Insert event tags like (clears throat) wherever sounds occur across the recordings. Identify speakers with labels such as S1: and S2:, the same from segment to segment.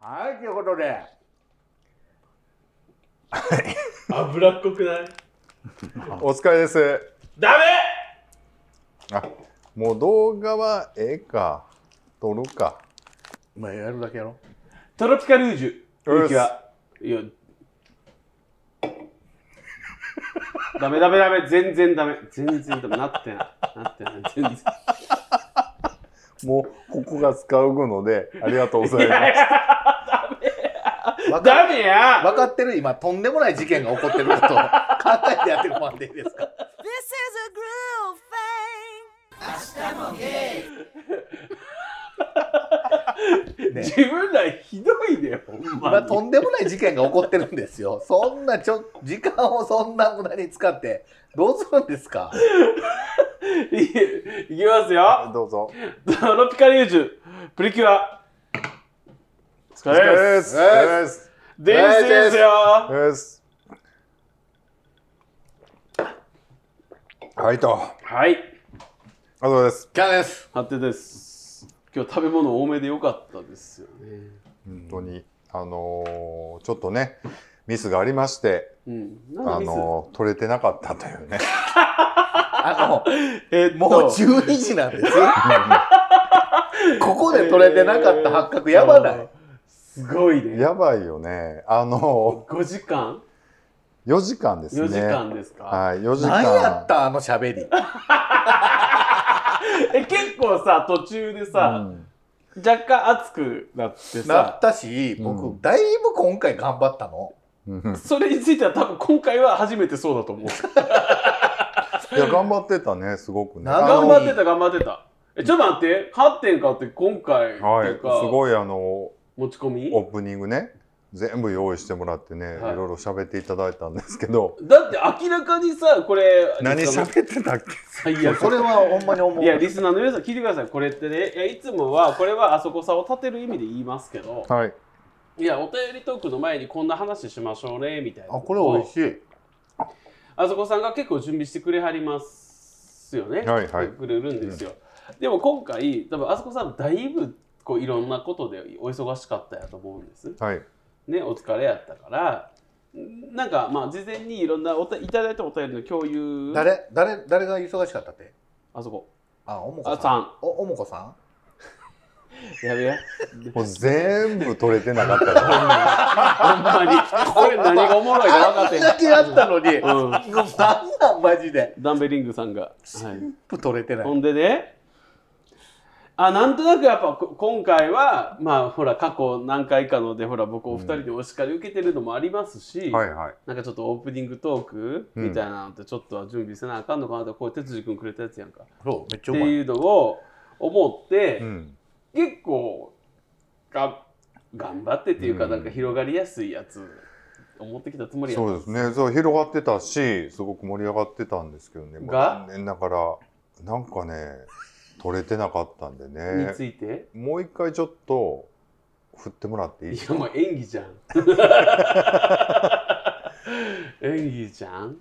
S1: はい、ということで、
S2: 脂っこくない
S3: お疲れです。
S2: ダメ
S3: あ、もう動画はええか。撮るか。
S1: まあ、やるだけやろ。
S2: トロピカルージュ。
S3: うっ
S2: 勇
S3: す
S2: 気は。いや。ダメダメダメ、全然ダメ。全然ダメ。なってない。なってない。全然。
S3: もうここが使うので、ありがとうござい
S2: いや
S3: ま
S2: いや
S1: わか
S2: ダメや
S1: 分かってる今、とんでもない事件が起こってる (laughs) ことを考えてやってもらっていいですか
S4: This is a groove thing.
S1: ね
S2: 自分らひどいね、ほんま
S1: 今、
S2: に。
S1: とんでもない事件が起こってるんですよ。そんなちょ、時間をそんな無駄に使って、どうするんですか
S2: いいきますよ
S3: す。。どうぞ。
S2: トロピカルージュ、プリキュア。お疲
S3: お
S2: れ様です。
S3: です。お疲れです。
S2: This is
S3: お
S2: your
S3: 疲れです。はいと。
S2: はい。
S3: ありがとうございます。
S1: キャンです。
S2: ハテです。今日食べ物多めでよかったですよね。
S3: 本当に、あのーちょっとね、ミスがありまして、
S2: うん。なん
S3: あ
S2: かミス。
S3: のー取れてなかったというね。 (laughs)
S1: あの、
S2: えっと
S1: もう12時なん (laughs) です。ここで取れてなかった発覚、やばない。
S2: すごいね。
S3: やばいよね。あの
S2: 5時間
S3: ー、4時間ですね。
S2: 4時間ですか、
S3: はい、4時間。
S1: 何やったあの喋り。
S2: え結構さ途中で
S3: う
S2: さ、
S3: ん
S2: 若干熱くなって
S1: なっ
S2: さ
S1: たし、
S3: う
S1: 僕、だいぶ今回頑張ったの。
S3: うん
S2: それについては多分今回は初めてそうだと思う
S3: いや、頑張ってたね、すごくね。
S1: なん
S3: あ
S1: だ
S2: 頑
S3: の
S2: 張ってた頑張ってたえちょっと待って8点買って今回って
S3: はいい、
S2: う
S3: す
S2: か、
S3: ごいあの、
S2: 持ち込み
S3: オープニングね、全部用意してもらってね、い
S2: はい
S3: ろいろ喋っていただいたんですけど、
S2: だって明らかにさこれ
S3: 何
S2: その
S3: 喋ってたっけ
S2: 最悪
S1: それはほんまに思う。
S2: いやリスナーの皆さん聞いてくださいこれってねいやいつもはこれはあそこさを立てる意味で言いますけど
S3: はい。
S2: いやお便りトークの前にこんな話しましょうねみたいな
S1: あ、これ美味しい。
S2: あそこさんが結構準備してくれはりますよね。
S3: はいはい
S2: くれるんですよ。でも今回多分あそこさんだいぶこういろんなことでお忙しかったやと思うんです。
S3: はい。
S2: ねお疲れやったから。なんかまあ事前にいろんなおたいただいたお便りの共有
S1: 誰、誰、誰が忙しかったって。
S2: あそこ
S1: あ、おもこ
S2: あ
S1: さ
S2: さ
S1: ん。
S2: ん
S1: お、おもこさん。
S2: やべや
S3: もう全部取れてなかったから。
S2: ほんまにこれ何がおもろいか分かってへん
S1: だけやったのに。
S2: うん
S1: なんなん、マジで。
S2: ダンベリングさんが、はい、
S1: 取れてない
S2: ほ。んでねあなんとなくやっぱこ今回はまあほら過去何回かのでほら僕お二人でお叱り受けてるのもありますし、
S3: はいはい。
S2: なんかちょっとオープニングトークみたいなのってちょっとは準備せなあかんのかなとこう哲司君くれたやつやんかっ
S1: そう、めっち
S2: て
S1: ゃうまい。
S2: いうのを思って、
S3: うん。
S2: 結構が頑張ってっていうか、
S3: うん
S2: なんか広がりやすいやつ思ってきたつもりやん
S3: そうですね。そう広がってたし、すごく盛り上がってたんですけどね。もう
S2: が
S3: 残念ながらなんかね、取れてなかったんで
S2: に
S3: ね
S2: つ。いて、
S3: もう一回ちょっと振ってもらっていいで
S2: いや
S3: すか。
S2: もう演
S1: (laughs)
S2: 技じゃん演技じゃん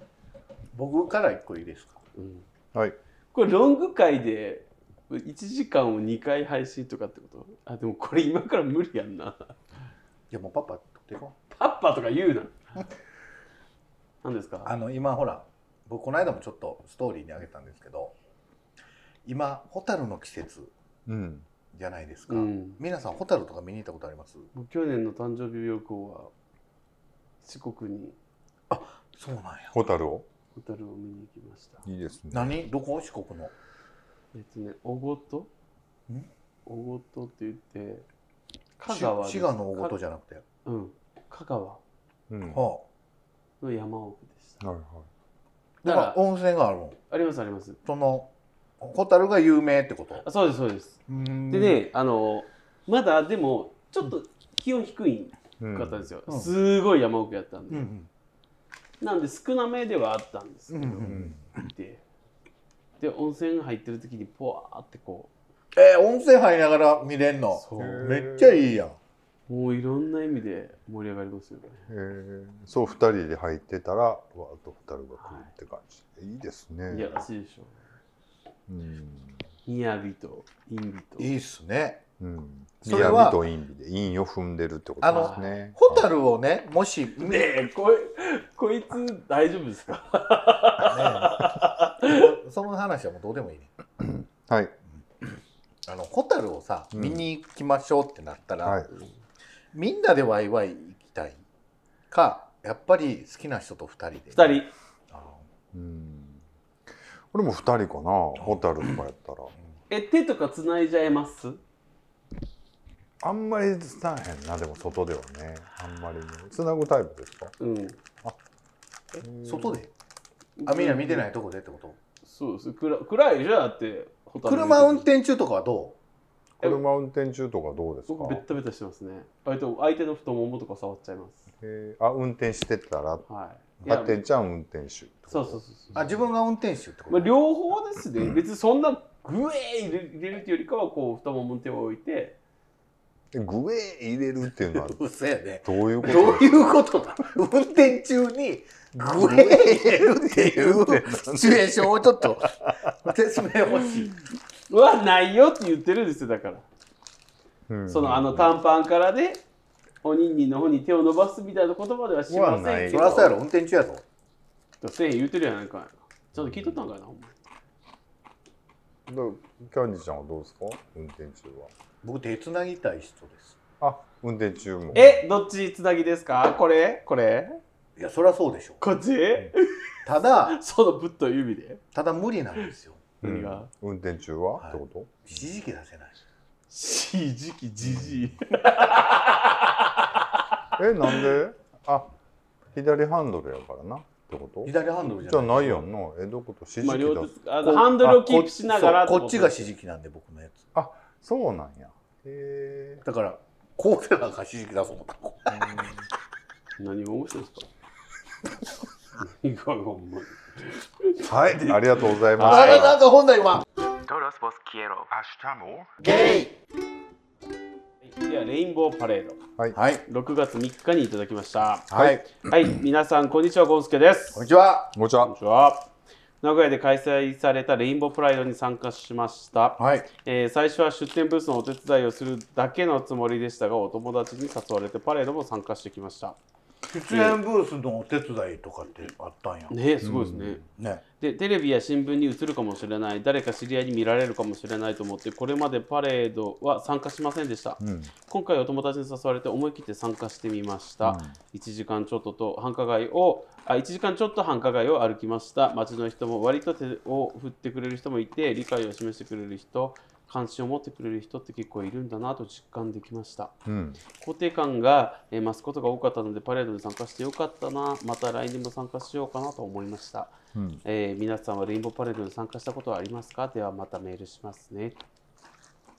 S1: 僕から一個いいですか。
S2: うん
S3: はい。
S2: これロング回で1時間を2回配信とかってことあでもこれ今から無理やんな
S1: いや、もうパパ、取ってこう。
S2: パッパとか言うな何ですか
S1: あの、今、ほら。僕、この間もちょっとストーリーにあげたんですけど。今、ホタルの季節。
S3: うん。
S1: じゃないですか。
S2: うん
S1: 皆さん、ホタルとか見に行ったことあります。
S2: 僕去年の誕生日旅行は四国に
S1: そうなんや。
S3: ホタルを。
S2: ホタルを見に行きました
S3: いいですね。
S1: 何、どこ、四国の。
S2: えっとね小ご
S1: ん
S2: 小ごとって言って香
S1: し
S2: 川です
S1: 滋賀の大ごとじゃなくて。は
S2: うん香川
S3: うん。は
S1: あ。
S2: の山奥でし
S3: い
S2: た
S3: はい。
S2: だ
S1: だか
S2: か
S1: らら温泉があるの。
S2: ありますあります
S1: そのホタルが有名ってこと。
S2: あそうですそうです
S1: うーん
S2: でね、あのまだでもちょっと気温低い
S3: うん
S2: かったんですよ、
S1: うん
S2: すごい山奥やったん
S1: う
S2: で、
S1: ん
S2: なんで少なめではあったんです
S1: うん。う
S2: け
S1: んう
S2: ど、
S3: うんん。
S2: でで温泉入ってる時にポワーってこ
S1: えー、温泉入りながら見れん
S2: う
S1: の。
S2: そう
S1: めっちゃいいやん。
S2: もういろんな意味で盛り上がりますよね
S3: えーそう二人で入ってたらわーっとホタルが来るって感じ。い、いですね。
S2: いやらしいでしょ
S3: うん。
S2: みやびと陰びと
S1: いいっすね。
S3: うん、
S1: それは
S3: 雅と陰で陰を踏んでるってことですね。
S1: ホタルをねもしね
S2: ねえこいこいつ大丈夫ですか
S1: え (laughs) その話はもうどうでもいいね
S3: はい。
S1: あのホタルをさ
S3: うん
S1: 見に行きましょうってなったら、
S3: はい
S1: みんなでワイワイ行きたいかやっぱり好きな人と2人で
S2: 二人
S1: あの
S3: うん。俺も二人かな。ホタルとかやったら。
S2: え手とか繋いじゃいます
S3: あんまりつなへんなでも外ではね。あんまりね。つなぐタイプですか。
S2: うん
S3: うん
S1: 外であみんな見てないとこでってこと
S2: そうです暗暗いじゃんだってホタル
S1: 車運転中とかはど
S3: 車運転中とかどうです
S2: 僕ベッ
S3: か。
S2: タベタしてますね相手相手の太ももとか触っちゃいます
S3: えーあ運転してた
S2: は
S3: ら。
S2: いい
S3: あ
S2: や
S3: てっちゃん運転手。
S2: そうそうそうそう
S1: うあ自分が運転手ってこと、
S2: まあ、両方ですね、別にそんなグエー入れ入れるっていうよりかはこう太ももに手を置いて
S3: えグエー入れるっていうのは
S1: うそやね
S3: どういうこ
S1: ど
S3: と
S1: ういうことだ運転中にグレー入れるっていうシチュエーションをちょっと説明欲しい。
S2: うわないよって言ってるんですよだから、
S3: うん
S2: そのあの短パンからで、ね、おにんにんの方に手を伸ばすみたいな言葉ではしま
S3: うわな
S2: せん
S3: い
S2: け
S1: そ
S2: ど
S1: りゃそうやろ運転中やぞ。
S2: せえへん言うてるやないかいちゃんと聞いとったんかいなほんま
S3: どうキャンディちゃんはどうですか運転中
S1: 僕手つなぎたい人です。
S3: は。あ運転中も。
S2: えどっちつなぎですかこれこれ
S1: いやそりゃそうでしょう。
S2: こっち
S1: ただ
S2: そのぶっと指で
S1: ただ無理なんですよ。
S3: うん
S2: 何が
S3: 運転中は、
S1: はい
S3: ってこと
S1: 指示器出せない。
S2: しじきじじい
S3: えなんであ左ハンドルやからなってこと
S1: 左ハンドルじ
S3: じゃ
S1: ゃない。
S3: ないやんなえどういうこと指
S2: まあ
S3: 示
S2: 両
S3: 器
S2: 手
S3: だ
S2: つあのハンドルをキープしながら
S1: そうこっちが
S2: て
S1: 指示器なんで僕のやつ。
S3: そうなんやへえ
S1: だからこうせなんか指示器出そう思った。こ
S2: こと何が面白いですか何がほんまに
S3: はいありがとうございま
S1: う
S3: し
S1: あ
S3: た
S1: れなんか本来は
S5: Todos vos quiero.
S3: 明日も
S1: ゲイ。
S2: (laughs) ではレインボーパレー
S1: はい
S2: ド6月3日にいただきました
S1: はい
S2: はい皆さんこんにちはゴンスケです
S1: こんにちは。
S3: こんにち
S2: こん
S3: は
S2: にちは名古屋で開催されたレインボープライドに参加しました、
S1: はい
S2: えー最初は出店ブースのお手伝いをするだけのつもりでしたがお友達に誘われてパレードも参加してきました
S1: 出演ブースのお手伝いとかってあったんや。
S2: ねえすごいですね、
S1: ね。
S2: でテレビや新聞に映るかもしれない誰か知り合いに見られるかもしれないと思ってこれまでパレードは参加しませんでした、
S3: うん
S2: 今回お友達に誘われて思い切って参加してみました、1時間ちょっとと繁華街をあ1時間ちょっと繁華街を歩きました街の人も割と手を振ってくれる人もいて理解を示してくれる人関心を持ってくれる人って結構いるんだなと実感できました
S3: うん
S2: 肯定感がえー増すことが多かったのでパレードに参加してよかったなまた来年も参加しようかなと思いました、
S3: うん
S2: えー皆さんはレインボーパレードに参加したことはありますかではまたメールしますね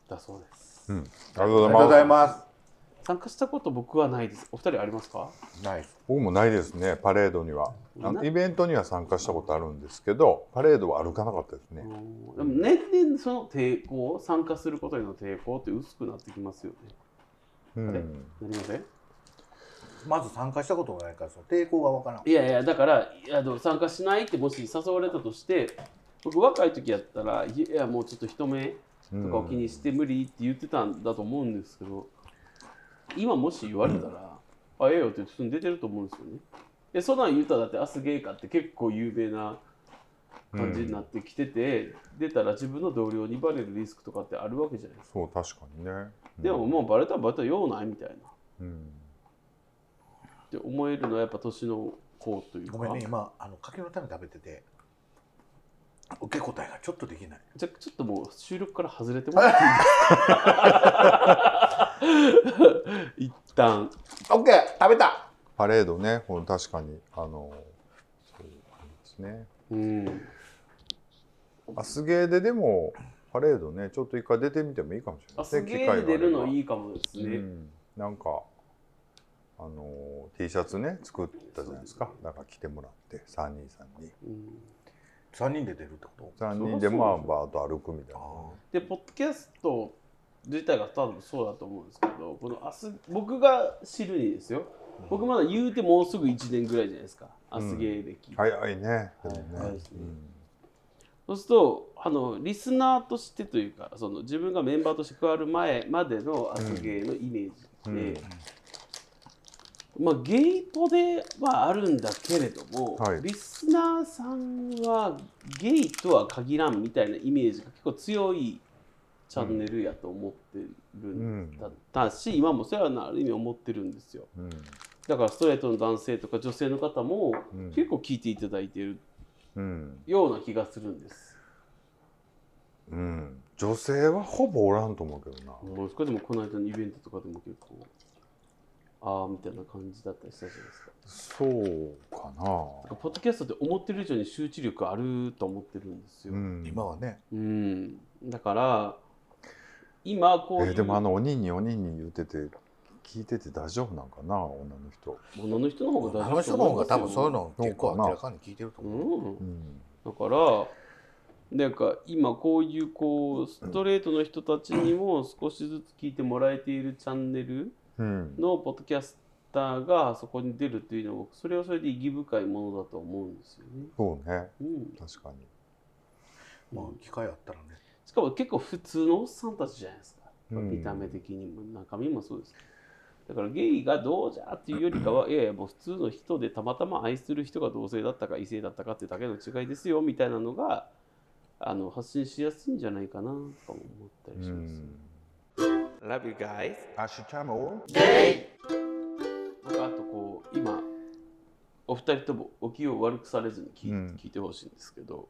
S2: だそうです
S3: うんありがとう
S1: あ
S3: ご
S1: りがとうご
S3: ざ
S1: ざ
S3: い
S1: い
S3: ま
S1: ます。
S2: 参加したこと僕はないですお二人ありますか
S1: ナイス。
S3: す僕もないですねパレードにはあの
S2: な
S3: イベントには参加したことあるんですけどパレードは歩かなかったですね
S2: うんでも年々その抵抗参加することへの抵抗って薄くなってきますよね。
S3: う
S2: あれ
S3: ん
S2: なりません
S1: まず参加したことがないからその抵抗がわからん。
S2: いやいやだからいやでも参加しないってもし誘われたとして僕若い時やったらいやもうちょっと人目とかを気にして無理って言ってたんだと思うんですけど今もし言われたら「あええよ」って普通に出てると思うんですよね。でそんなん言うたらだって「アスゲイカ」って結構有名な感じになってきてて、出たら自分の同僚にバレるリスクとかってあるわけじゃないですか。
S3: そう確かにねうん
S2: でももうバレたらバレたら用ないみたいなっ
S3: うん
S2: て思えるのはやっぱ年の子というか
S1: ごめんね今あの柿の種食べてて受け答えがちょっとできない。
S2: じゃあちょっともう収録から外れてもらっ
S1: (laughs)
S2: ていいですか一旦
S1: オッケー食べた。
S3: パレードね、この確かに、あの、そうですね。
S2: うん
S3: アスゲーででも、パレードね、ちょっと一回出てみてもいいかもしれない
S2: あすげえで出るのい
S3: い
S2: いかもです
S3: う
S2: ね、
S3: ん。なんか、あの、T シャツね、作ったじゃないですか。なんか着てもらって、三人さんに。
S2: うん
S1: 三人で出るってこ
S3: 3人で
S2: そうそう
S3: まあ、バーッと歩くみたいな。
S1: と。
S2: でポッドキャスト自体が多分そうだと思うんですけどこのアス僕が知るにですよ僕まだ言うてもうすぐ1年ぐらいじゃないですかアスゲー歴、
S3: 早いね。でも
S2: はい
S3: ね
S2: はい
S3: うん
S2: そうするとあのリスナーとしてというかその自分がメンバーとして加わる前までのアスゲーのイメージ
S3: う
S2: で
S3: ん、
S2: まあ、ゲイポではあるんだけれども、
S3: はい
S2: リスナーさんはゲイとは限らんみたいなイメージが結構強いチャンネルやと思ってる
S3: うんん
S2: だったし、今もそれはなある意味思ってるんですよ
S3: うん
S2: だからストレートの男性とか女性の方も
S3: うん
S2: 結構聞いていただいてる
S3: うん
S2: ような気がするんです。
S3: うん女性はほぼおらんと思うけどな
S2: どうですかでもこの間のイベントとかでも結構ああみたいな感じだったりしたじゃないですか。
S3: そうかな
S2: なんかポッドキャストって思ってる以上に集中力あると思ってるんですよ。
S3: うん
S1: 今はね
S2: うん、だから今こうい
S3: え
S2: う
S3: ーでもあの鬼に鬼に言ってて聞いてて大丈夫なんかな女の人
S2: 女の人の方が
S1: あの
S2: 大事だ
S1: 人
S2: と
S1: の方
S2: 思
S1: が
S2: いますよ
S1: 多分そういうの結構明らかに聞いてると
S2: う、
S1: 思う。
S3: うんん
S2: だからなんか今こういうこうストレートの人たちにも少しずつ聞いてもらえているチャンネル
S3: うん
S2: のポッドキャスターがそこに出るというのはそれはそれで意義深いものだと思うんですよね。
S3: そうね
S2: うん、
S3: 確かに
S1: まあ機会あったらね。
S2: しかも結構普通のおっさんたちじゃないですか。
S3: うん
S2: 見た目的にも中身もそうですだからゲイがどうじゃっていうより
S3: (clears throat)
S2: かはいやいやもう普通の人でたまたま愛する人が同性だったか異性だったかってだけの違いですよみたいなのがあの発信しやすいんじゃないかなとかも思ったりします、Love you guys
S3: アッシュチャム
S2: なんかあとこう今お二人ともお気を悪くされずに聞,、
S3: うん
S2: 聞いてほしいんですけど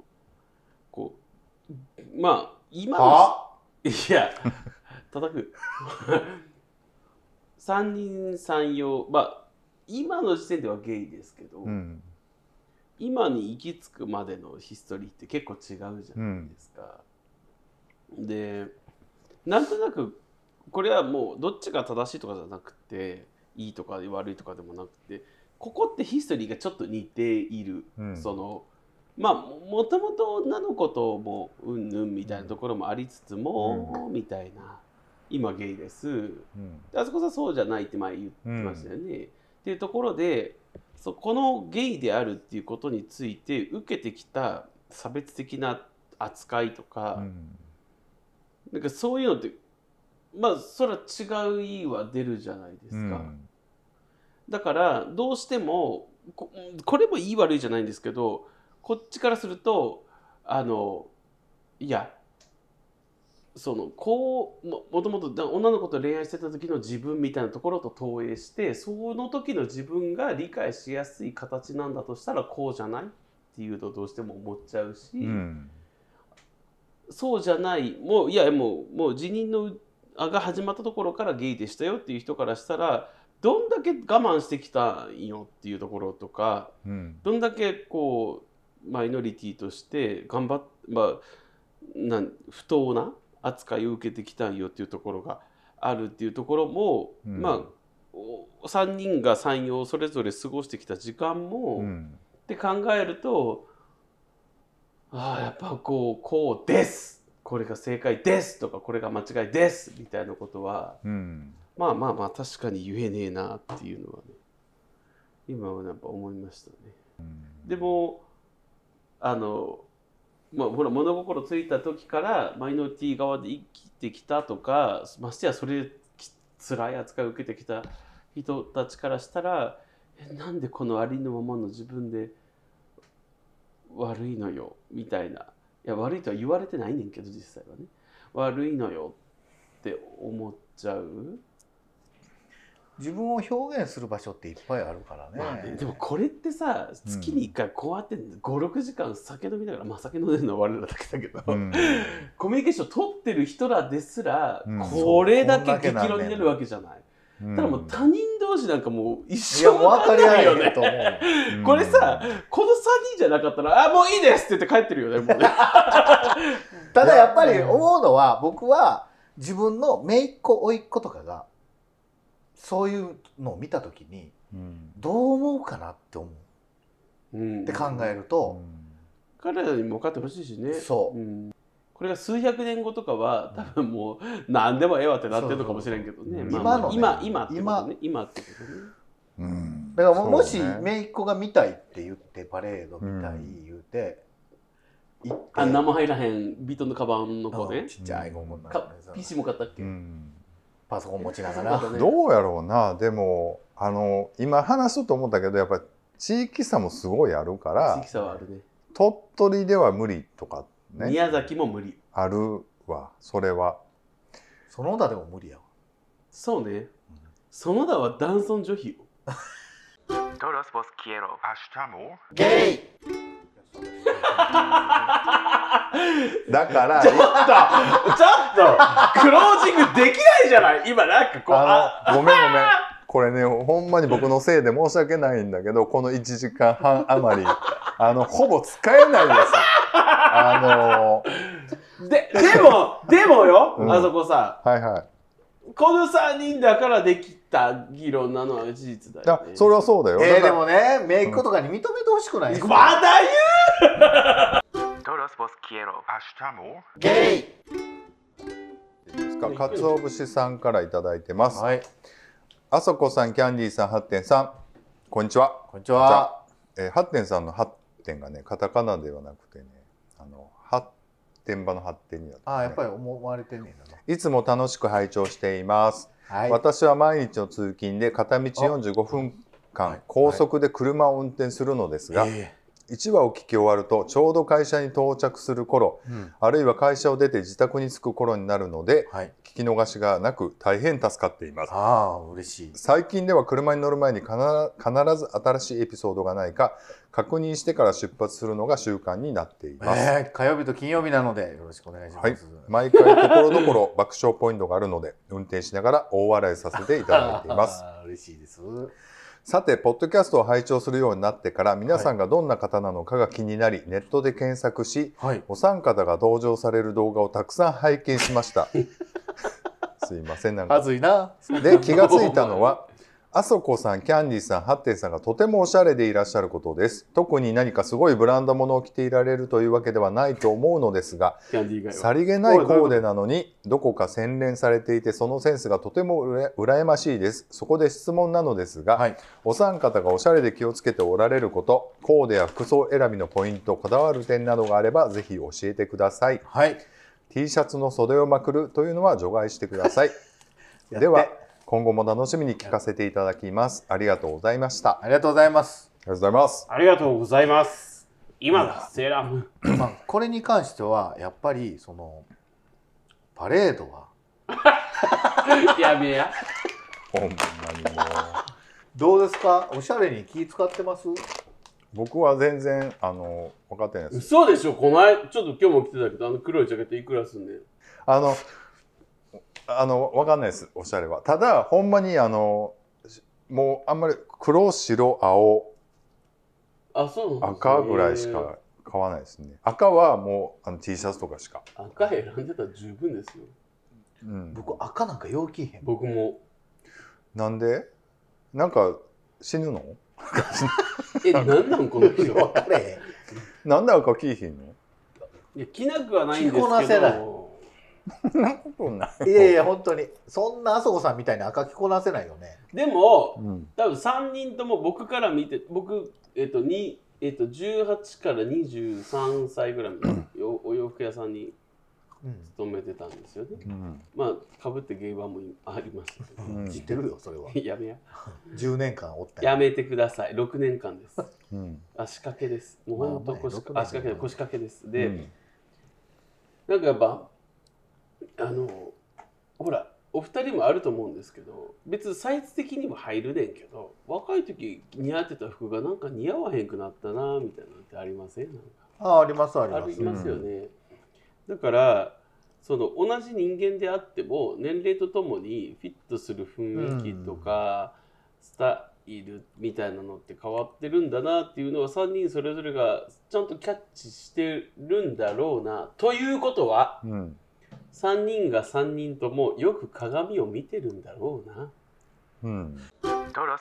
S2: こうまあ今の
S1: はい
S2: や、叩く。 (laughs) 三人三様、まあ、今の時点ではゲイですけど、
S3: うん
S2: 今に行き着くまでのヒストリーって結構違うじゃないですか。で、なんとなく、これはもうどっちが正しいとかじゃなくて、いいとか悪いとかでもなくて、ここってヒストリーがちょっと似ている
S3: うん
S2: そのまあもともと女の子ともうんぬんみたいなところもありつつも、みたいな今ゲイです
S3: うん
S2: であそこさんそうじゃないって前言ってましたよね、っていうところでそこのゲイであるっていうことについて受けてきた差別的な扱いとか、
S3: うん
S2: なんかそういうのってまあそら違う意は出るじゃないですか。
S3: うん
S2: だからどうしてもここれもいい悪いじゃないんですけどこっちからするとあのいやそのこうももともとだ女の子と恋愛してた時の自分みたいなところと投影してその時の自分が理解しやすい形なんだとしたらこうじゃないっていうとどうしても思っちゃうし、
S3: うん
S2: そうじゃないもういやもうもう辞任のあが始まったところからゲイでしたよっていう人からしたらどんだけ我慢してきたんよっていうところとか
S3: うん
S2: どんだけこうマイノリティとして頑張っまあなん不当な扱いを受けてきたんよっていうところがあるっていうところも、
S3: うん
S2: まあ3人が3様それぞれ過ごしてきた時間も、
S3: うん
S2: って考えるとああやっぱこうこうですこれが正解ですとかこれが間違いですみたいなことは
S3: うん
S2: まあまあまあ確かに言えねえなっていうのはね今はやっぱ思いましたね。でもあのまあ、ほら物心ついた時からマイノリティ側で生きてきたとかましてやそれでき辛い扱いを受けてきた人たちからしたらえなんでこのありのままの自分で悪いのよみたいないや悪いとは言われてないねんけど実際はね悪いのよって思っちゃう、
S1: 自分を表現する場所っていっぱいあるか
S2: まあ
S1: ら
S2: ね
S1: ね。
S2: でもこれってさ月に1回こうやって56時間酒飲みながら、まあ酒飲んでるのは我らだけだけど、 (laughs)
S3: うん
S2: コミュニケーション取ってる人らですら、
S3: うん
S2: これだ
S1: そうこんだ
S2: け
S1: け
S2: 激
S1: なんね
S2: 論になるわけじゃない。
S3: うん
S2: ただもう他人同士なんかもう一
S1: い
S2: 生
S1: やもう分かり合え
S2: よ
S1: へん
S2: ね。
S1: と思う。
S3: うん
S2: これさこの3人じゃなかったら「あもういいです!」って言って帰ってるよねもう
S1: (laughs)
S2: ね。
S1: ただやっぱり思うのは僕は自分の姪っ子甥っ子とかがそういうのを見た時に
S3: うん
S1: どう思うかなって思う
S2: うん
S1: って考える
S3: う
S1: と、
S3: ん
S2: 彼らにも分かってほしいしね。
S1: そう、
S2: んこれが数百年後とかは多分もう何でもええわってなってるのかもしれんけどね
S3: そう
S2: ま
S3: そう
S2: あまあ
S1: 今のね
S2: 今今ってことね今ってことね
S3: うん
S1: だからもうも
S3: そ
S1: し
S3: うね
S1: 姪っ子が見たいって言ってパレード見たい
S3: うん
S1: 言うて、
S3: 行って
S2: あ生入らへんビートンのカバンの子
S1: うん
S2: ね
S1: ちっちゃいゴムのやつ
S2: かピシも買ったっけ、
S3: うん
S1: パソコン持ちながら
S2: そうだね
S3: どうやろうなでもあの今話そうと思ったけどやっぱ地域差もすごいあるか
S2: 地
S3: ら
S2: 域差はあるね
S3: 鳥取では無理とかね
S2: 宮崎も無理
S3: あるわそれは
S1: その他でも無理やわ
S2: そうねその他は男尊女卑よ Todos vos quiero
S1: ゲイ (laughs)
S3: だから
S2: ちょっとクロージングできないじゃない今なんかこうあ
S3: あのごめんごめんこれねほんまに僕のせいで申し訳ないんだけどこの1時間半余りあのほぼ使えないですあ
S2: ででもでもよ、
S3: うん
S2: あそこさ
S3: のはいはい
S2: この3人だからできた議論なのは事実だ
S3: だ
S2: よ、ね、
S3: それはそうだよ、
S1: えー、
S3: だ
S1: で
S3: から
S1: もね、メイクとかに認めてほしくない、
S2: まだ言
S1: ゲイ
S3: いいですかかつお節さんからいただいてます、
S1: はい、
S3: あそこさんキャンディーさん8.3こんにちは
S1: こんにちは。
S3: えー、発展さんの発展がねカタカナではなくてねあの発展場の発展になって、ね、
S1: あー、やっぱり思われてんねんな。
S3: いつも楽しく拝聴しています、
S1: はい。
S3: 私は毎日の通勤で片道45分
S1: は
S3: 間
S1: い
S3: 高速で車を運転するのですが、
S1: え
S3: 1話を聞き終わるとちょうど会社に到着する頃
S1: ーうん
S3: あるいは会社を出て自宅に着く頃になるので
S1: はい。
S3: 聞き逃しがなく大変助かっています
S1: ああ、嬉しい。
S3: 最近では車に乗る前に必必ず新しいエピソードがないか確認してから出発するのが習慣になってい
S1: え
S3: ます、
S1: ー、火曜日と金曜日なので、よろしくお願いしま
S3: はい
S1: す。、
S3: 毎回ところどころ (laughs) 爆笑ポイントがあるので運転しながら大笑いさせていただいています
S1: あー嬉しいです。
S3: さて、ポッドキャストを拝聴するようになってから、皆さんがどんな方なのかが気になり、ネットで検索し、
S1: はい。
S3: お三方が登場される動画をたくさん拝見し
S1: (laughs)
S3: ました。すいません、なん
S1: は
S3: か。
S1: ずいな。
S3: で、気がついたのは、あそこさん、キャンディーさん、ハッテンさんがとてもおしゃれでいらっしゃることです。特に何かすごいブランド物を着ていられるというわけではないと思うのですが、
S2: キャンディー以外は
S3: さりげないコーデなのにどこか洗練されていてそのセンスがとてもうら羨ましいですそこで質問なのですが、
S1: はい
S3: お三方がおしゃれで気をつけておられることコーデや服装選びのポイントこだわる点などがあればぜひ教えてください
S1: はい。
S3: T シャツの袖をまくるというのは除外してく (laughs) ださい
S1: て
S3: では今後も楽しみに聞かせていただきますありがとうございましたあ
S1: ありがとうございます。 (clears throat)
S3: りがとうございます
S2: ありがとうございます今だセーラームーン
S1: まあ、これに関しては、やっぱり、その。パレードは。
S2: (laughs) やべえや。
S3: ほんまにもう
S1: どうですか。おしゃれに気使ってます。
S3: 僕は全然あの分かってないです
S2: 嘘でしょ、この間、ちょっと今日も来てたけど、あの黒いジャケットいくらすんねん。
S3: あの、あの、わかんないです、おしゃれは。ただ、ほんまに、あの、しもうあんまり黒、白、青、
S2: あ、そうなんですね
S3: 赤ぐらいしか買わないですね。赤はもうあの T シャツとかしか。
S2: 赤選んでたら十分ですよ。
S3: うん、
S1: 僕、赤なんか陽気へん。
S2: 僕も。
S3: なんでなんか死ぬの
S2: え、なんなんこの人。
S1: 分かれへん。
S3: なんで赤着いひんの
S2: いや、着なくはないんですけど。
S1: 着こなせない
S3: そんなことな
S1: (laughs)
S3: い。
S1: いやいや本当にそんなあそこさんみたいに赤着こなせないよね。
S2: でも、
S3: うん。
S2: 多分三人とも僕から見て、僕、えっと、に、えっと、18から23歳ぐらいま
S3: (clears throat)
S2: でおお洋服屋さんに
S1: うん、
S2: 勤めてたんですよね。
S3: うん、
S2: まあ、かぶってゲイバーもありましたけど。
S3: うん
S1: 知ってるよそれは。
S2: やめや。
S1: 10年間おった
S2: や
S1: よ。
S2: めてください。6年間です。
S3: うん。
S2: 足掛けです。もう
S1: まあ
S2: 本当
S1: まあ六
S2: 腰
S1: 年
S2: 掛足掛けで腰掛けです。で、
S3: うん
S2: なんかやっぱあのほらお二人もあると思うんですけど、別にサイズ的にも入るねんけど、若い時似合ってた服がなんか似合わへんくなったなみたいなのってありません？なんか
S1: あありますあり
S2: あ
S1: ま
S2: り
S1: す。
S2: ますよね。だからその同じ人間であっても年齢とともにフィットする雰囲気とか、スタイルみたいなのって変わってるんだなっていうのは3人それぞれがちゃんとキャッチしてるんだろうな。ということは
S3: うん。
S2: 3人が3人ともよく鏡を見てるんだろうな。
S3: うん。
S1: 鏡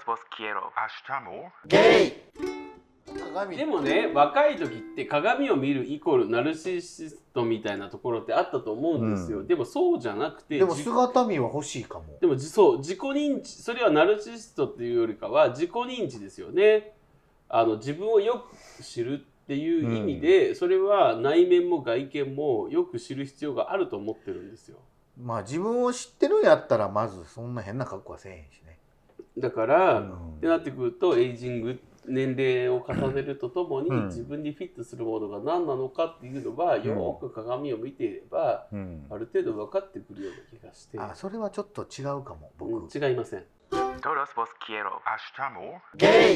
S2: でもね若い時って鏡を見るイコールナルシシストみたいなところってあったと思うんですよ。
S3: うん
S2: でもそうじゃなくて
S1: でも
S2: 自
S1: 姿見は欲しいかも。
S2: でもじそう自己認知それはナルシストっていうよりかは自己認知ですよねあの自分をよく知るっていう意味で、それは内面も外見もよく知る必要があると思ってるんですよ
S1: まあ自分を知ってるんやったらまずそんな変な格好はせえへんしね。
S2: だから、
S1: う
S2: っ
S1: ん
S2: てなってくるとエイジング年齢を重ねるとともに、
S3: うん
S2: 自分にフィットするものが何なのかっていうのが、よく鏡を見ていれば
S3: うん
S2: ある程度分かってくるような気がして、
S1: あそれはちょっと違うかも僕。
S2: うん違いません
S1: ゲイ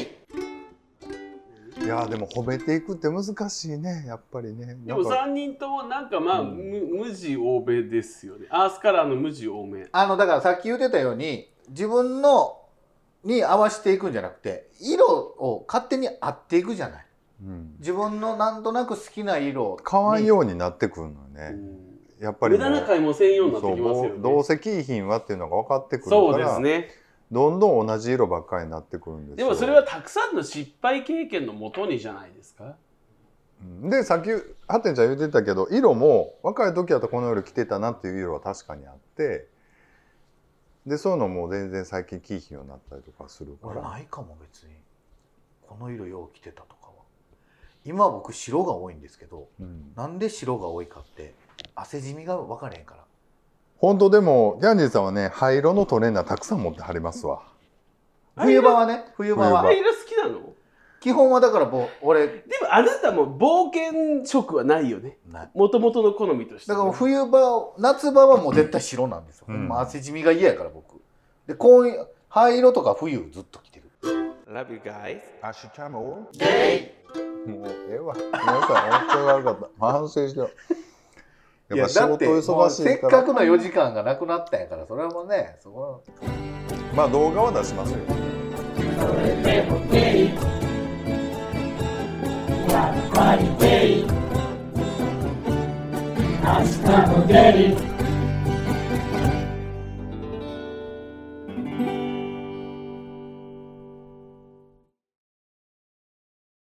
S3: いやーでも褒めていくって難しいねやっぱりね
S2: で
S3: な
S2: も
S3: んか
S2: 3人ともなんかまあ、
S3: うん
S2: む無地欧米ですよねアースカラーの無地欧米
S1: あのだからさっき言ってたように自分のに合わせていくんじゃなくて色を勝手に合っていくじゃない
S3: うん
S1: 自分のなんとなく好きな色
S3: 買わんようになってくるのよ
S2: う
S3: ね、
S2: ん
S3: やっぱり
S2: 無
S3: も
S2: 駄
S3: う
S2: な買い物せんようになってきますよ
S3: そう
S2: ね
S3: どうせいい品はっていうのが分かってくるから
S2: そうですね
S3: どんどん同じ色ばっかりになってくるんです
S2: で
S3: よ
S2: もそれはたくさんの失敗経験のもとにじゃないですか
S3: うんでさっきハテンちゃん言ってたけど色も若い時だとこの色着てたなっていう色は確かにあってでそういうのも全然最近キーヒーになったりとかするか
S1: 俺
S3: ら
S1: ないかも別にこの色よう着てたとかは今僕白が多いんですけど
S3: うん
S1: なんで白が多いかって汗染みが分かれへんから
S3: 本当でもギャンディーさんはね灰色のトレーナーたくさん持ってはりますわ
S1: 冬場はね冬場
S3: 冬
S1: は
S2: 灰色好きなの
S1: 基本はだからぼ俺
S2: でもあなたも冒険色はないよね
S1: ない
S2: もともとの好みとして
S1: だから冬場夏場はもう絶対白なんですよ、
S3: うん
S1: ほんま汗染みが嫌やから僕でこういう灰色とか冬ずっと着てる
S2: Love you guys
S3: 明日ももうええわ皆さん本当に悪かった反省してよ
S1: い
S3: やっぱ仕事忙しい
S1: せっ
S3: か
S1: からくの4時間がなくなったんやからそれはもうねそこは
S3: まあ動画は出しますよ
S5: ゲイ明日もゲイ